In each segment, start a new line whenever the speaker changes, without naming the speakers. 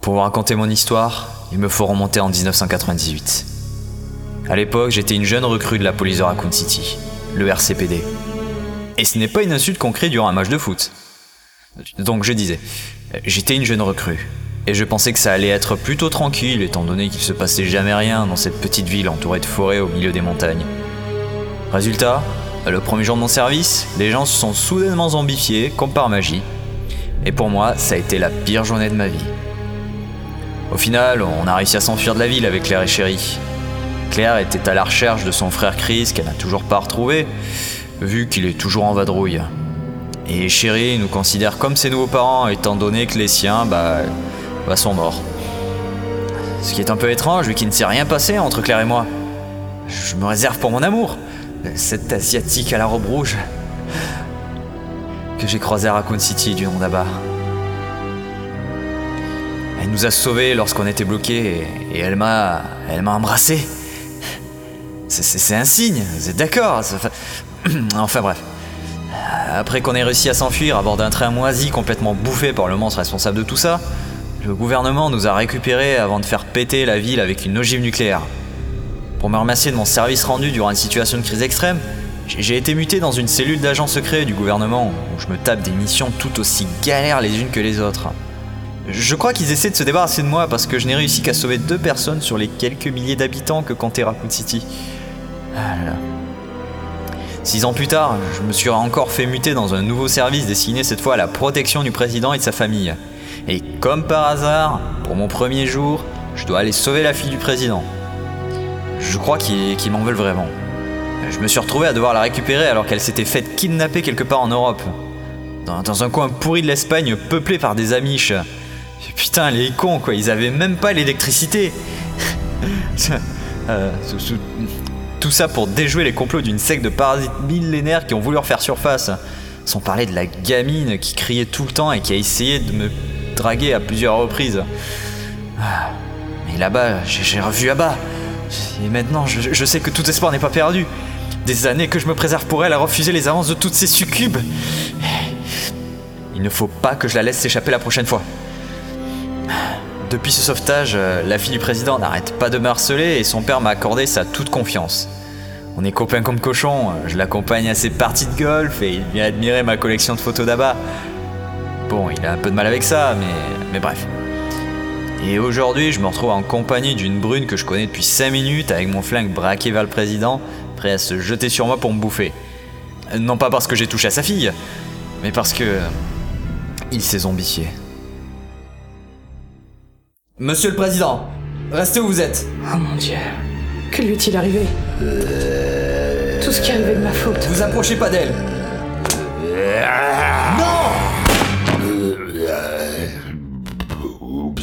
Pour vous raconter mon histoire, il me faut remonter en 1998. À l'époque, j'étais une jeune recrue de la police de Raccoon City, le RCPD. Et ce n'est pas une insulte qu'on crée durant un match de foot. Donc je disais, j'étais une jeune recrue, et je pensais que ça allait être plutôt tranquille étant donné qu'il se passait jamais rien dans cette petite ville entourée de forêts au milieu des montagnes. Résultat, le premier jour de mon service, les gens se sont soudainement zombifiés, comme par magie. Et pour moi, ça a été la pire journée de ma vie. Au final, on a réussi à s'enfuir de la ville avec Claire et Chérie. Claire était à la recherche de son frère Chris qu'elle n'a toujours pas retrouvé, vu qu'il est toujours en vadrouille. Et Chérie nous considère comme ses nouveaux parents, étant donné que les siens, bah, bah sont morts. Ce qui est un peu étrange, vu qu'il ne s'est rien passé entre Claire et moi. Je me réserve pour mon amour, cette asiatique à la robe rouge que j'ai croisée à Raccoon City du nom d'abat. Elle nous a sauvés lorsqu'on était bloqués et, et elle m'a. elle m'a embrassé. C'est un signe, vous êtes d'accord Enfin bref. Après qu'on ait réussi à s'enfuir à bord d'un train moisi complètement bouffé par le monstre responsable de tout ça, le gouvernement nous a récupérés avant de faire péter la ville avec une ogive nucléaire. Pour me remercier de mon service rendu durant une situation de crise extrême, j'ai été muté dans une cellule d'agents secrets du gouvernement où je me tape des missions tout aussi galères les unes que les autres. Je crois qu'ils essaient de se débarrasser de moi parce que je n'ai réussi qu'à sauver deux personnes sur les quelques milliers d'habitants que comptait Raccoon City. Ah là là. Six ans plus tard, je me suis encore fait muter dans un nouveau service destiné cette fois à la protection du président et de sa famille. Et comme par hasard, pour mon premier jour, je dois aller sauver la fille du président. Je crois qu'ils qu m'en veulent vraiment. Je me suis retrouvé à devoir la récupérer alors qu'elle s'était faite kidnapper quelque part en Europe. Dans, dans un coin pourri de l'Espagne peuplé par des Amish. Putain, les cons quoi, ils avaient même pas l'électricité. euh, tout ça pour déjouer les complots d'une secte de parasites millénaires qui ont voulu refaire surface. Sans parler de la gamine qui criait tout le temps et qui a essayé de me draguer à plusieurs reprises. Ah, Mais là-bas, j'ai revu Abba. Et maintenant, je, je, sais que tout espoir n'est pas perdu. Des années que je me préserve pour elle à refuser les avances de toutes ces succubes. Il ne faut pas que je la laisse s'échapper la prochaine fois. Depuis ce sauvetage, euh, la fille du président n'arrête pas de me harceler et son père m'a accordé sa toute confiance. On est copains comme cochons, euh, je l'accompagne à ses parties de golf et il vient admirer ma collection de photos d'abat. Bon, il a un peu de mal avec ça, mais, mais bref. Et aujourd'hui, je me retrouve en compagnie d'une brune que je connais depuis 5 minutes avec mon flingue braqué vers le président, prêt à se jeter sur moi pour me bouffer. Euh, Non pas parce que j'ai touché à sa fille, mais parce que. Il s'est zombifié. Monsieur le président, restez où vous êtes.
Oh mon dieu. Que lui est-il arrivé euh... Tout ce qui est arrivé de ma faute.
Vous approchez pas d'elle. euh, euh,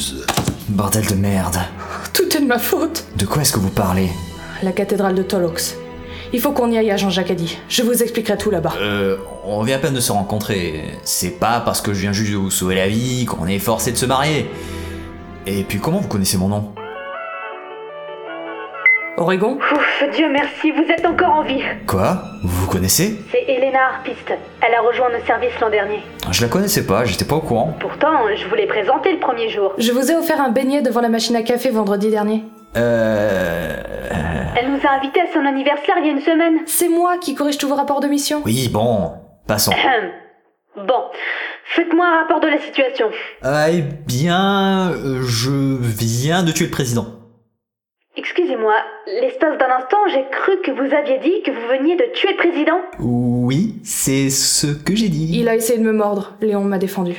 Bordel de merde.
Tout est de ma faute.
De quoi est-ce que vous parlez
La cathédrale de Tolox. Il faut qu'on y aille à Jean-Jacques Eddy. Je vous expliquerai tout là-bas.
Euh, on vient à peine de se rencontrer. C'est pas parce que je viens juste de vous sauver la vie qu'on est forcé de se marier. Et puis comment vous connaissez mon nom
Oregon
Ouf, Dieu merci, vous êtes encore en vie.
Quoi Vous vous connaissez
C'est Elena Harpiste. Elle a rejoint nos services l'an dernier.
Je la connaissais pas, j'étais pas au courant.
Pourtant, je vous l'ai présentée le premier jour.
Je vous ai offert un beignet devant la machine à café vendredi dernier.
Euh...
Elle nous a invités à son anniversaire il y a une semaine.
C'est moi qui corrige tous vos rapports de mission.
Oui, bon, passons.
Hum. Bon, faites-moi un rapport de la situation.
Euh, eh bien, euh, je viens de tuer le président.
Excusez-moi, l'espace d'un instant, j'ai cru que vous aviez dit que vous veniez de tuer le président.
Oui, c'est ce que j'ai dit.
Il a essayé de me mordre, Léon m'a défendu.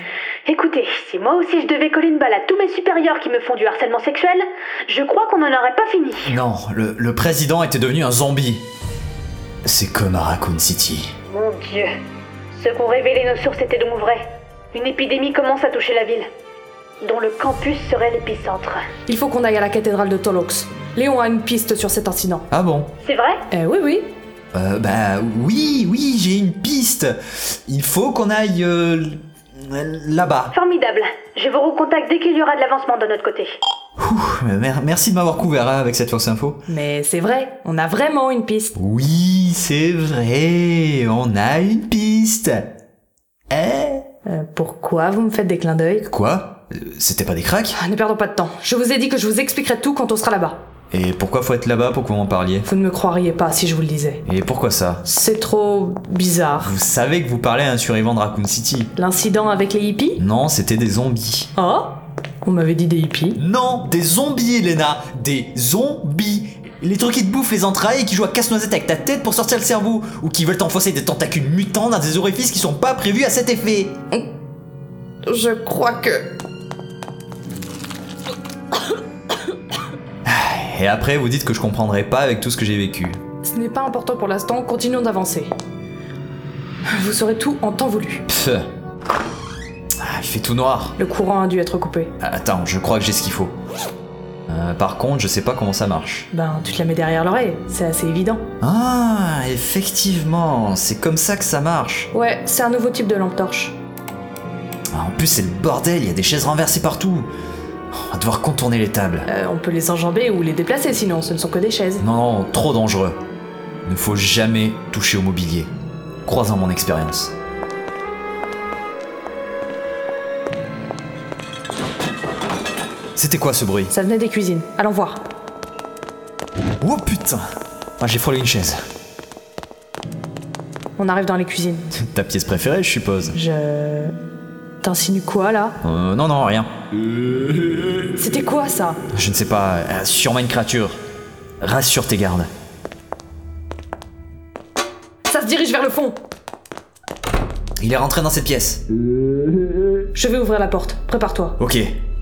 Écoutez, si moi aussi je devais coller une balle à tous mes supérieurs qui me font du harcèlement sexuel, je crois qu'on n'en aurait pas fini.
Non, le, le président était devenu un zombie. C'est comme à Raccoon City.
Mon dieu, ce qu'ont révélé nos sources était donc vrai. Une épidémie commence à toucher la ville, dont le campus serait l'épicentre.
Il faut qu'on aille à la cathédrale de Tolox. Léon a une piste sur cet incident.
Ah bon
C'est vrai
Eh oui, oui.
Euh, bah oui, oui, j'ai une piste. Il faut qu'on aille euh, là-bas.
Formidable. Je vous recontacte dès qu'il y aura de l'avancement de notre côté.
Ouh, mer merci de m'avoir couvert hein, avec cette fausse info.
Mais c'est vrai, on a vraiment une piste.
Oui, c'est vrai, on a une piste. Eh
euh, Pourquoi vous me faites des clins d'œil
Quoi Euh, C'était pas des cracks
Ah, Ne perdons pas de temps. Je vous ai dit que je vous expliquerai tout quand on sera là-bas.
Et pourquoi faut être là-bas pour que vous m'en parliez
Vous ne me croiriez pas si je vous le disais.
Et pourquoi ça
C'est trop bizarre.
Vous savez que vous parlez à un survivant de Raccoon City
L'incident avec les hippies
Non, c'était des zombies.
Oh On m'avait dit des hippies.
Non, des zombies, Elena Des zombies Les trucs qui te bouffent les entrailles et qui jouent à casse-noisette avec ta tête pour sortir le cerveau, ou qui veulent t'enfoncer des tentacules mutants dans des orifices qui sont pas prévus à cet effet
Je crois que.
Et après, vous dites que je comprendrai pas avec tout ce que j'ai vécu.
Ce n'est pas important pour l'instant, continuons d'avancer. Vous saurez tout en temps voulu.
Pfff. Ah, il fait tout noir.
Le courant a dû être coupé.
Ah, Attends, je crois que j'ai ce qu'il faut. Euh, par contre, je sais pas comment ça marche.
Ben, tu te la mets derrière l'oreille, c'est assez évident.
Ah, effectivement, c'est comme ça que ça marche.
Ouais, c'est un nouveau type de lampe torche.
Ah, en plus, c'est le bordel, il y a des chaises renversées partout. On va devoir contourner les tables.
Euh, on peut les enjamber ou les déplacer sinon, ce ne sont que des chaises.
Non, non, trop dangereux. Il ne faut jamais toucher au mobilier. Croisant mon expérience. C'était quoi ce bruit
Ça venait des cuisines, allons voir.
Oh putain Ah, j'ai frôlé une chaise.
On arrive dans les cuisines.
Ta pièce préférée, je suppose.
Je. T'insinues quoi là
Euh, non, non, rien.
C'était quoi ça
Je ne sais pas, euh, sûrement une créature. Rassure tes gardes.
Ça se dirige vers le fond
Il est rentré dans cette pièce.
Je vais ouvrir la porte, prépare-toi.
Ok.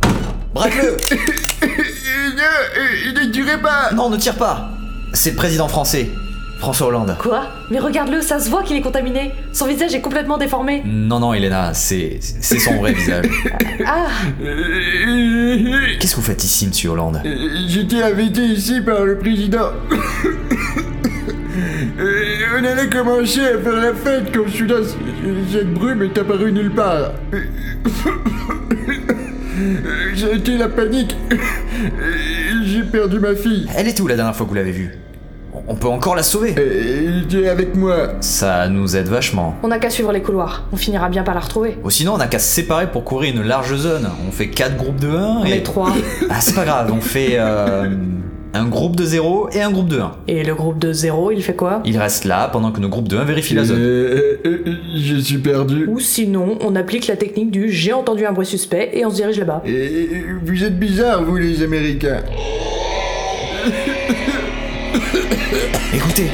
Braque-le
Il ne durait pas
Non, ne tire pas C'est le président français, François Hollande.
Quoi Mais regarde-le, ça se voit qu'il est contaminé. Son visage est complètement déformé.
Non, non, Elena, c'est c'est son vrai visage.
Ah
Qu'est-ce que vous faites ici, monsieur Hollande
Euh, J'étais invité ici par le président. Euh, On allait commencer à faire la fête quand soudain cette brume est apparue nulle part. Euh, Ça a été la panique. Euh, J'ai perdu ma fille.
Elle était où la dernière fois que vous l'avez vue On- On peut encore la sauver
Euh, Elle était avec moi.
Ça nous aide vachement.
On n'a qu'à suivre les couloirs, on finira bien par la retrouver.
Ou sinon, on n'a qu'à se séparer pour courir une large zone. On fait 4 groupes de 1
On
et...
est trois.
Ah, c'est pas grave, on fait euh, un groupe de 0 et un groupe de 1.
Et le groupe de zéro, il fait quoi
Il reste là pendant que nos groupes de 1 vérifient la zone.
Euh, euh, euh, Je suis perdu.
Ou sinon, on applique la technique du j'ai entendu un bruit suspect et on se dirige là-bas.
Et Euh, vous êtes bizarres, vous les Américains.
Écoutez,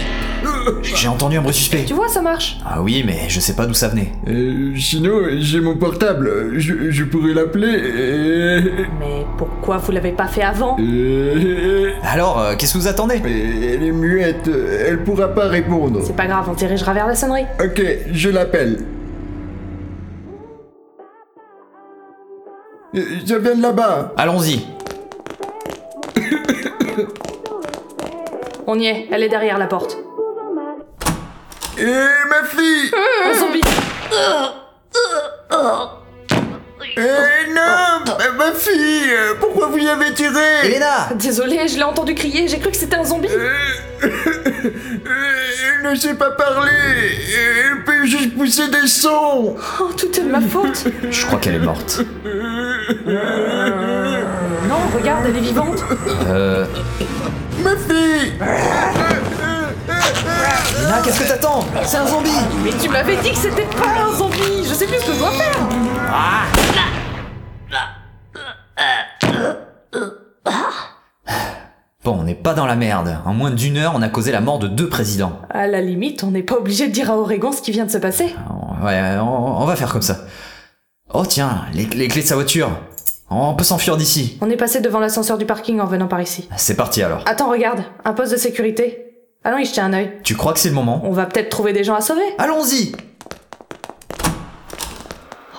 Euh.
j'ai entendu un bruit suspect.
Tu vois, ça marche
Ah oui, mais je sais pas d'où ça venait.
Euh, sinon, j'ai mon portable. Je, je pourrais l'appeler. et-
Mais pourquoi vous l'avez pas fait avant
Euh,
Alors, euh, qu'est-ce que vous attendez
Elle est muette, elle pourra pas répondre.
C'est pas grave, on se dirigera vers la sonnerie.
Ok, je l'appelle. Euh, Ça vient de là-bas.
Allons-y.
On y est, elle est derrière la porte.
Et Eh, ma fille
Un zombie
Eh non ma- Ma fille euh, Pourquoi vous y avez tiré
Elena
Désolée, je l'ai entendu crier, j'ai cru que c'était un zombie
Euh, Elle ne sait pas parler. Euh, Elle peut juste pousser des sons.
Oh, tout est de ma faute
Je crois qu'elle est morte.
Non, regarde, elle est vivante
Euh.
Ma fille
Elena, qu'est-ce que t'attends C'est un zombie
Mais tu m'avais dit que c'était pas un zombie Je sais plus ce que je dois faire
Bon, on n'est pas dans la merde. En moins d'une heure, on a causé la mort de deux présidents.
À la limite, on n'est pas obligé de dire à Oregon ce qui vient de se passer.
Ouais, on, on va faire comme ça. Oh tiens, les, les clés de sa voiture. On peut s'enfuir d'ici.
On est passé devant l'ascenseur du parking en venant par ici.
C'est parti alors.
Attends, regarde, un poste de sécurité. Ah Allons y jeter un œil.
Tu crois que c'est le moment
On va peut-être trouver des gens à sauver.
Allons-y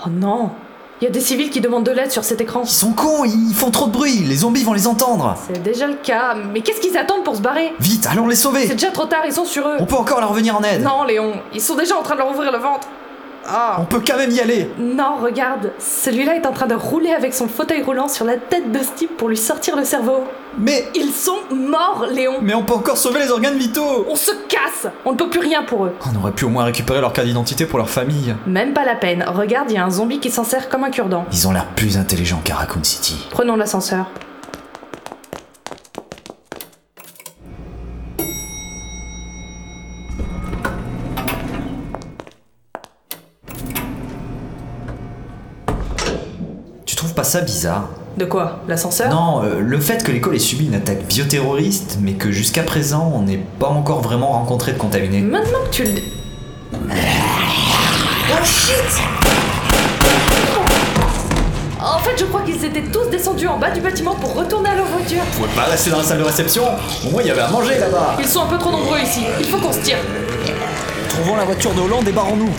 Oh non Il y a des civils qui demandent de l'aide sur cet écran.
Ils sont cons, ils font trop de bruit, les zombies vont les entendre
C'est déjà le cas, mais qu'est-ce qu'ils attendent pour se barrer
Vite, allons les
C'est
sauver
déjà trop tard, ils sont sur eux.
On peut encore leur venir en aide
Non, Léon, ils sont déjà en train de leur ouvrir le ventre. Ah.
On peut quand même y aller
Non, regarde, celui-là est en train de rouler avec son fauteuil roulant sur la tête de ce type pour lui sortir le cerveau.
Mais.
Ils sont morts, Léon
Mais on peut encore sauver les organes vitaux
On se casse On ne peut plus rien pour eux.
On aurait pu au moins récupérer leur carte d'identité pour leur famille.
Même pas la peine, regarde, il y a un zombie qui s'en sert comme un cure-dent.
Ils ont l'air plus intelligents qu'à Raccoon City.
Prenons l'ascenseur.
Tu trouves pas ça bizarre
De quoi L'ascenseur
Non, euh, le fait que l'école ait subi une attaque bioterroriste, mais que jusqu'à présent on n'ait pas encore vraiment rencontré de contaminés.
Maintenant que tu le... Oh shit En fait, je crois qu'ils étaient tous descendus en bas du bâtiment pour retourner à leur voiture.
Vous pouvez pas rester dans la salle de réception Au moins il y avait à manger là-bas
Ils sont un peu trop nombreux ici. Il faut qu'on se tire.
Trouvons la voiture de Hollande et barrons-nous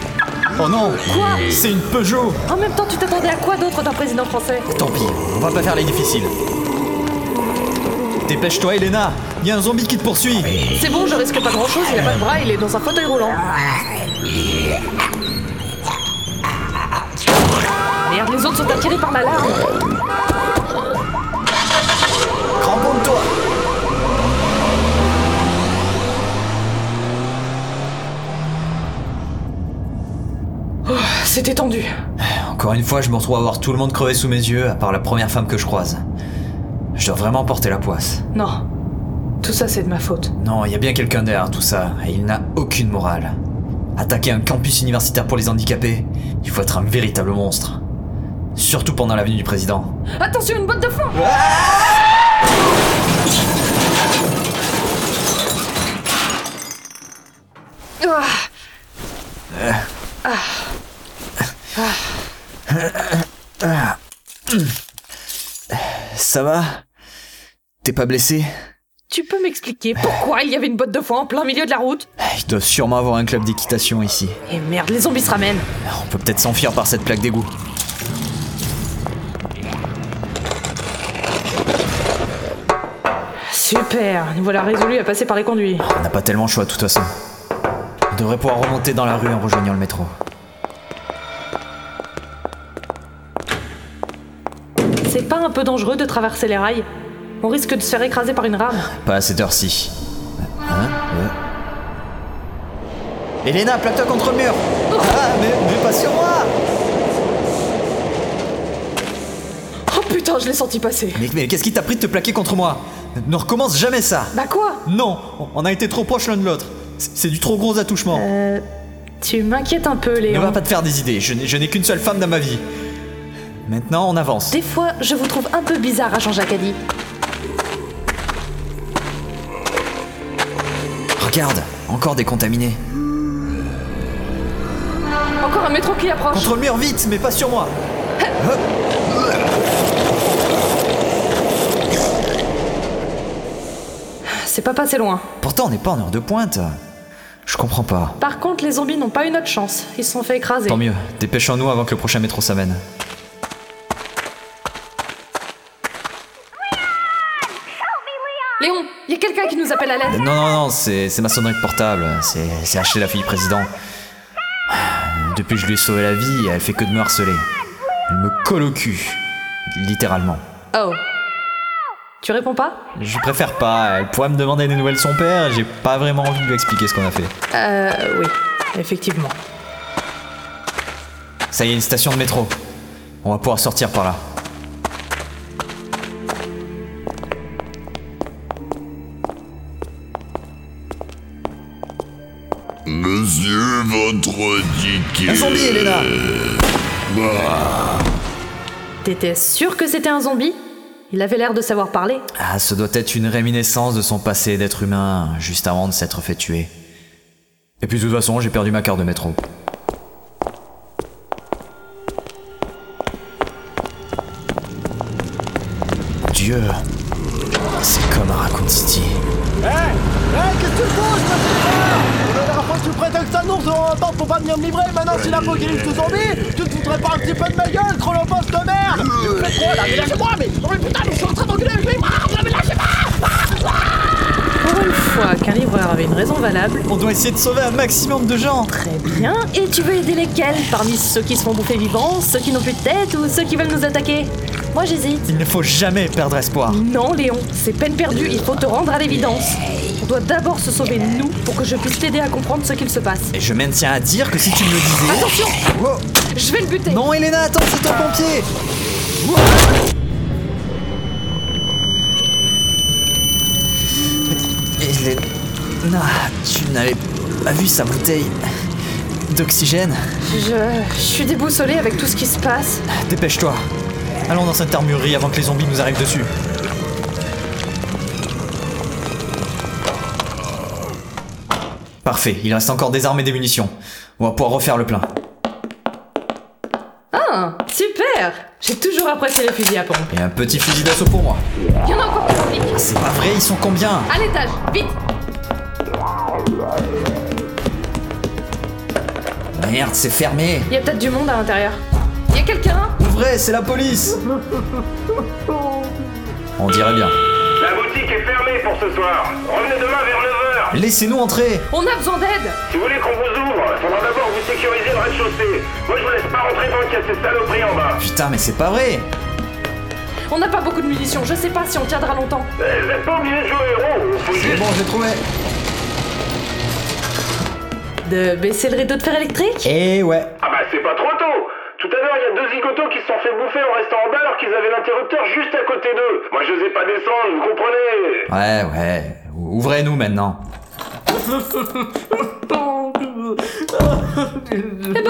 Oh non
Quoi
C'est une Peugeot
En même temps, tu t'attendais à quoi d'autre d'un président français
Tant pis, on va pas faire les difficiles. Dépêche-toi Elena, il y a un zombie qui te poursuit
C'est bon, je risque pas grand chose, il a pas de bras, il est dans un fauteuil roulant. Merde, les autres sont attirés par l'alarme.
Cramponne-toi
C'était tendu.
Encore une fois, je me retrouve à voir tout le monde crever sous mes yeux, à part la première femme que je croise. Je dois vraiment porter la poisse.
Non. Tout ça, c'est de ma faute.
Non, il y a bien quelqu'un derrière tout ça, et il n'a aucune morale. Attaquer un campus universitaire pour les handicapés, il faut être un véritable monstre. Surtout pendant la venue du président.
Attention, une botte de foin Ah.
Ça va T'es pas blessé
Tu peux m'expliquer pourquoi il y avait une botte de foin en plein milieu de la route
Ils doivent sûrement avoir un club d'équitation ici.
Et merde, les zombies se ramènent.
On peut peut-être s'enfuir par cette plaque d'égout.
Super, nous voilà résolus à passer par les conduits.
On n'a pas tellement le choix de toute façon. On devrait pouvoir remonter dans la rue en rejoignant le métro.
C'est pas un peu dangereux de traverser les rails On risque de se faire écraser par une rame.
Pas à cette heure-ci. Hein Ouais. Elena, plaque-toi contre le mur Ah, mais, mais pas sur moi
Oh putain, je l'ai senti passer.
Mais, mais qu'est-ce qui t'a pris de te plaquer contre moi Ne recommence jamais ça
Bah quoi
Non, on a été trop proches l'un de l'autre. C'est c'est du trop gros attouchement.
Euh. Tu m'inquiètes un peu,
ne
Léon.
va pas te faire des idées, je n'ai je n'ai qu'une seule femme dans ma vie. Maintenant, on avance.
Des fois, je vous trouve un peu bizarre à Jean-Jacques Addy.
Regarde, encore des contaminés.
Encore un métro qui approche.
Contre le mur, vite, mais pas sur moi
C'est pas passé loin.
Pourtant, on n'est pas en heure de pointe. Je comprends pas.
Par contre, les zombies n'ont pas eu notre chance. Ils se sont fait écraser.
Tant mieux, dépêchons-nous avant que le prochain métro s'amène.
Léon, il y a quelqu'un qui nous appelle à l'aide.
Non, non, non, c'est c'est ma sonnerie de portable. C'est c'est Ashley, la fille du président. Depuis que je lui ai sauvé la vie, elle fait que de me harceler. Elle me colle au cul. Littéralement.
Oh. Tu réponds pas
Je préfère pas. Elle pourrait me demander des nouvelles de son père. et J'ai pas vraiment envie de lui expliquer ce qu'on a fait.
Euh, oui, effectivement.
Ça y est, une station de métro. On va pouvoir sortir par là.
Monsieur votre ticket.
T'étais sûr que c'était un zombie Il avait l'air de savoir parler.
Ah, ce doit être une réminiscence de son passé d'être humain, juste avant de s'être fait tuer. Et puis de toute façon, j'ai perdu ma carte de métro. Dieu, c'est comme à Raccoon City.
qu'est-ce que tu fous, espèce de connard La dernière fois que tu prétextes un ours devant ma porte pour pas venir me livrer, maintenant c'est l'apocalypse de zombies Tu te foutrais pas un petit peu de ma gueule, trop l'oposte de merde
Euh.
Mais fais quoi là Mais lâchez-moi, mais, oh, mais putain, mais je suis en train d'engueuler avec mes bras, mais lâchez-moi
Pour une fois qu'un livre l'empereur avait une raison valable.
On doit essayer de sauver un maximum de gens.
Très bien. Et tu veux aider lesquels Parmi ceux qui se font bouffer vivants, ceux qui n'ont plus de tête ou ceux qui veulent nous attaquer Moi j'hésite.
Il ne faut jamais perdre espoir.
Non, Léon, c'est peine perdue, il faut te rendre à l'évidence. On doit d'abord se sauver nous pour que je puisse t'aider à comprendre ce qu'il se passe.
Et je maintiens à dire que si tu me le disais.
Attention Je vais le buter
Non, Elena, attends, c'est ton pompier. Elena, tu n'avais pas vu sa bouteille d'oxygène
Je... je suis déboussolée avec tout ce qui se passe.
Dépêche-toi. Allons dans cette armurerie avant que les zombies nous arrivent dessus. Parfait, il reste encore des armes et des munitions. On va pouvoir refaire le plein.
Ah, super J'ai toujours apprécié les fusils à pompe.
Et un petit fusil d'assaut pour moi.
Il y en a encore qui sont vite.
Ah, C'est pas vrai, ils sont combien
À l'étage, vite
Merde, c'est fermé.
Il y a peut-être du monde à l'intérieur. Il y a quelqu'un
Vrai, c'est la police
On dirait bien.
La boutique est fermée pour ce soir. Revenez demain vers 9h.
Laissez-nous entrer
On a besoin d'aide
Si vous voulez qu'on vous ouvre, faudra d'abord vous sécuriser le rez-de-chaussée. Moi, je vous laisse pas rentrer tant qu'il y a ces saloperies en bas.
Putain, mais c'est pas vrai
On n'a pas beaucoup de munitions, je sais pas si on tiendra longtemps.
Eh, Vous êtes pas obligé de jouer au héros. Faut
C'est
juste...
bon, j'ai trouvé
De baisser le rideau de fer électrique
Eh ouais
Ah bah, c'est pas trop tôt. Tout à l'heure, il y a deux zigotos qui se sont fait bouffer en restant en bas alors qu'ils avaient l'interrupteur juste à côté d'eux. Moi, je n'osais pas descendre, vous comprenez
Ouais, ouais. Ouvrez-nous maintenant.
Eh ben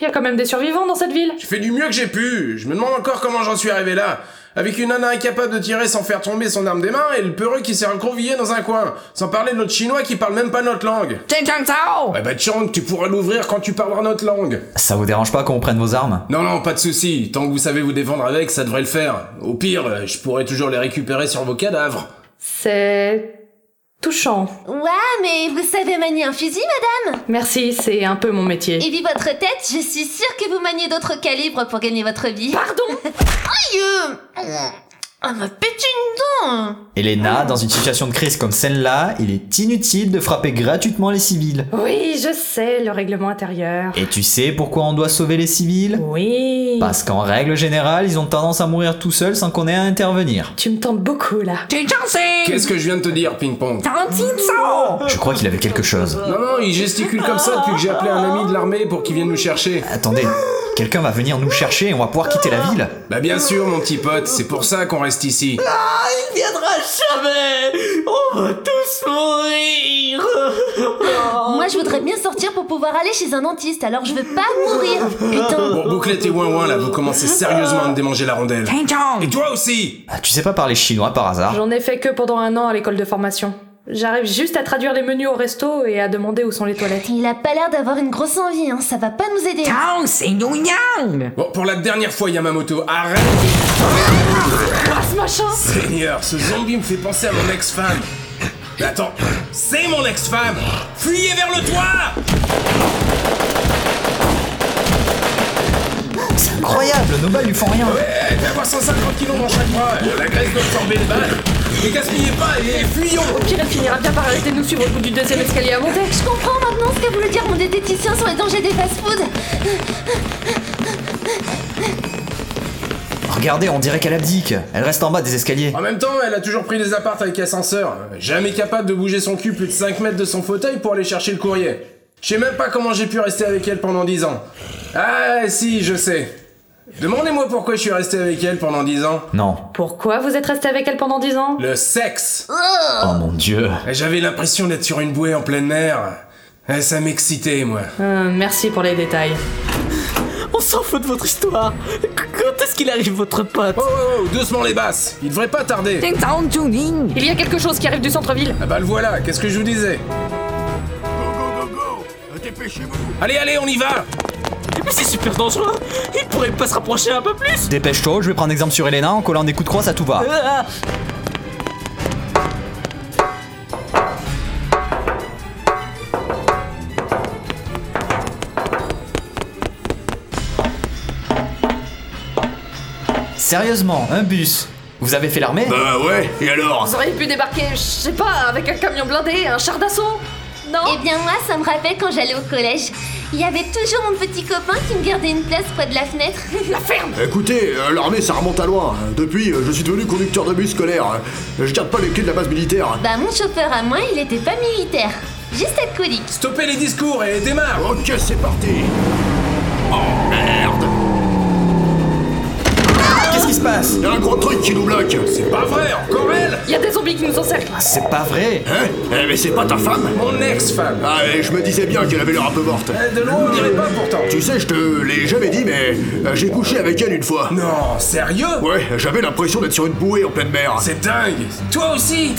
Il y a quand même des survivants dans cette ville.
J'ai fait du mieux que j'ai pu. Je me demande encore comment j'en suis arrivé là. Avec une nana incapable de tirer sans faire tomber son arme des mains et le peureux qui s'est recrouvillé dans un coin. Sans parler de notre chinois qui parle même pas notre langue. Eh bah Chang, tu pourras l'ouvrir quand tu parleras notre langue.
Ça vous dérange pas qu'on prenne vos armes
Non, non, pas de souci. Tant que vous savez vous défendre avec, ça devrait le faire. Au pire, euh, je pourrais toujours les récupérer sur vos cadavres.
C'est... touchant.
Ouais, mais vous savez manier un fusil, madame
Merci, c'est un peu mon métier.
Et vu votre tête, je suis sûre que vous maniez d'autres calibres pour gagner votre vie.
Pardon
Aïe euh, Elle m'a pété une dent
Elena, dans une situation de crise comme celle-là, il est inutile de frapper gratuitement les civils.
Oui, je sais, le règlement intérieur.
Et tu sais pourquoi on doit sauver les civils
Oui...
Parce qu'en règle générale, ils ont tendance à mourir tout seuls sans qu'on ait à intervenir.
Tu me tentes beaucoup, là.
Qu'est-ce que je viens de te dire, Ping Pong
Je crois qu'il avait quelque chose.
Non, non, il gesticule comme ça depuis que j'ai appelé un ami de l'armée pour qu'il vienne nous chercher.
Attendez, quelqu'un va venir nous chercher et on va pouvoir quitter la ville
Bah bien sûr, mon petit pote, c'est pour ça qu'on reste ici.
Il viendra jamais On va tous mourir
Moi, je voudrais bien sortir pour pouvoir aller chez un dentiste, alors je veux pas mourir
Bon,
Putain
bouclette et ouin ouin, là, vous commencez sérieusement à me démanger la rondelle. Et toi aussi
Ah, Tu sais pas parler chinois par hasard
J'en ai fait que pendant un an à l'école de formation. J'arrive juste à traduire les menus au resto et à demander où sont les toilettes.
Il a pas l'air d'avoir une grosse envie, hein. ça va pas nous aider.
Bon, pour la dernière fois, Yamamoto, arrête
Ah, ce machin
Seigneur, ce zombie me fait penser à mon ex-femme. Mais attends, c'est mon ex-femme Fuyez vers le toit
Incroyable, nos balles lui font rien
Elle doit avoir 150 kilos dans chaque bras. La graisse doit absorber le balle. Ne gaspillez pas et fuyons
Au pire, elle finira bien par arrêter de nous suivre au bout du deuxième escalier à monter.
Je comprends maintenant ce qu'a voulu dire mon diététicien sur les dangers des fast-foods.
Regardez, on dirait qu'elle abdique. Elle reste en bas des escaliers.
En même temps, elle a toujours pris des appartes avec ascenseur. Jamais capable de bouger son cul plus de 5 mètres de son fauteuil pour aller chercher le courrier. Je sais même pas comment j'ai pu rester avec elle pendant 10 ans. Ah si, je sais. Demandez-moi pourquoi je suis resté avec elle pendant 10 ans.
Non.
Pourquoi vous êtes resté avec elle pendant 10 ans
Le sexe
Oh mon dieu.
J'avais l'impression d'être sur une bouée en pleine mer. Eh, Ça m'excitait, moi. Oh,
Euh, Merci pour les détails.
On s'en fout de votre histoire Quand est-ce qu'il arrive, votre pote
Oh, oh, oh, doucement les basses. Il devrait pas tarder.
Il y a quelque chose qui arrive du centre-ville.
Ah bah le voilà, qu'est-ce que je vous disais Allez, allez, on y va
Mais c'est super dangereux Il pourrait pas se rapprocher un peu plus
Dépêche-toi, je vais prendre exemple sur Elena en collant des coups de croix, ça tout va.
Ah
Sérieusement, un bus. Vous avez fait l'armée
Bah ouais, et alors
Vous auriez pu débarquer, je sais pas, avec un camion blindé, un char d'assaut Non
Eh bien moi, ça me rappelle quand j'allais au collège. Il y avait toujours mon petit copain qui me gardait une place près de la fenêtre. La ferme
Écoutez, euh, l'armée ça remonte à loin. Depuis, euh, je suis devenu conducteur de bus scolaire. Euh, Je garde pas les clés de la base militaire.
Bah mon chauffeur à moi, il était pas militaire. Juste alcoolique.
Stoppez les discours et démarre
Ok, c'est parti Oh merde
Qu'est-ce qui se passe
Y'a un gros truc qui nous bloque
C'est pas vrai, encore elle
Il y a des zombies qui nous encerclent
Ah, C'est pas vrai
Hein Eh mais c'est pas ta femme
Mon ex-femme
Ah et je me disais bien qu'elle avait l'air un peu morte.
Eh, De loin, on dirait pas pourtant
Tu sais, je te l'ai jamais dit, mais euh, j'ai couché avec elle une fois.
Non, sérieux
Ouais, j'avais l'impression d'être sur une bouée en pleine mer.
C'est dingue Toi aussi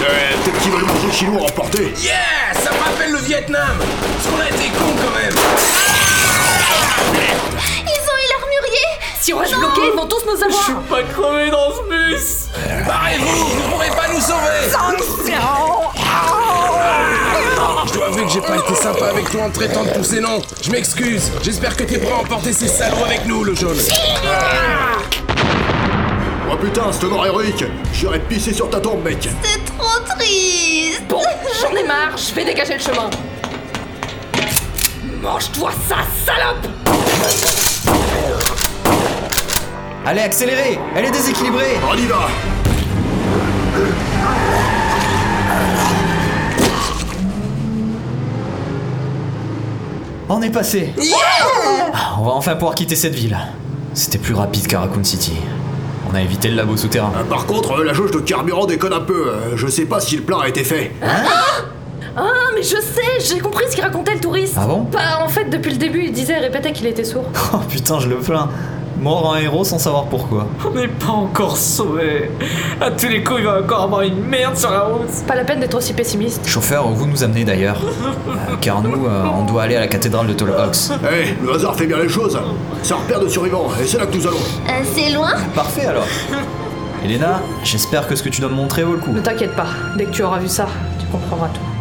Euh, Peut-être qu'ils veulent manger chinois emporté.
Yeah Ça me rappelle le Vietnam Parce qu'on a été cons quand même
Ils ont eu leur mûrier
Si on reste bloqué, ils vont tous nous avoir
Je suis pas crevé dans ce bus
Barrez-vous Vous pourrez pas nous sauver Je dois avouer que j'ai pas été sympa avec toi en te traitant de tous ces noms. Je m'excuse. J'espère que t'es prêt à emporter ces salauds avec nous, le jaune.
Oh putain, c'est mort héroïque J'aurais pissé sur ta tombe, mec
C'est trop triste
Bon, j'en ai marre, je vais dégager le chemin Mange-toi ça, salope
Allez, accélérez Elle est déséquilibrée
On y va
On est passé Ah, On va enfin pouvoir quitter cette ville. C'était plus rapide qu'à Raccoon City. On a évité le labo souterrain.
Euh, Par contre, euh, la jauge de carburant déconne un peu. Euh, Je sais pas si le plein a été fait.
Ah, mais je sais, j'ai compris ce qu'il racontait le touriste
Ah bon
Bah, en fait, depuis le début, il disait, répétait qu'il était sourd.
Oh putain, je le plains. Mort en héros sans savoir pourquoi.
On n'est pas encore sauvés À tous les coups, il va encore avoir une merde sur la route
Pas la peine d'être aussi pessimiste.
Chauffeur, où vous nous amenez d'ailleurs Euh, Car nous, euh, on doit aller à la cathédrale de Tolhox.
Eh, le hasard fait bien les choses. Ça repère de survivants, et c'est là que nous allons.
Euh, c'est loin
Parfait alors Elena, j'espère que ce que tu dois me montrer vaut le coup.
Ne t'inquiète pas, dès que tu auras vu ça, tu comprendras tout.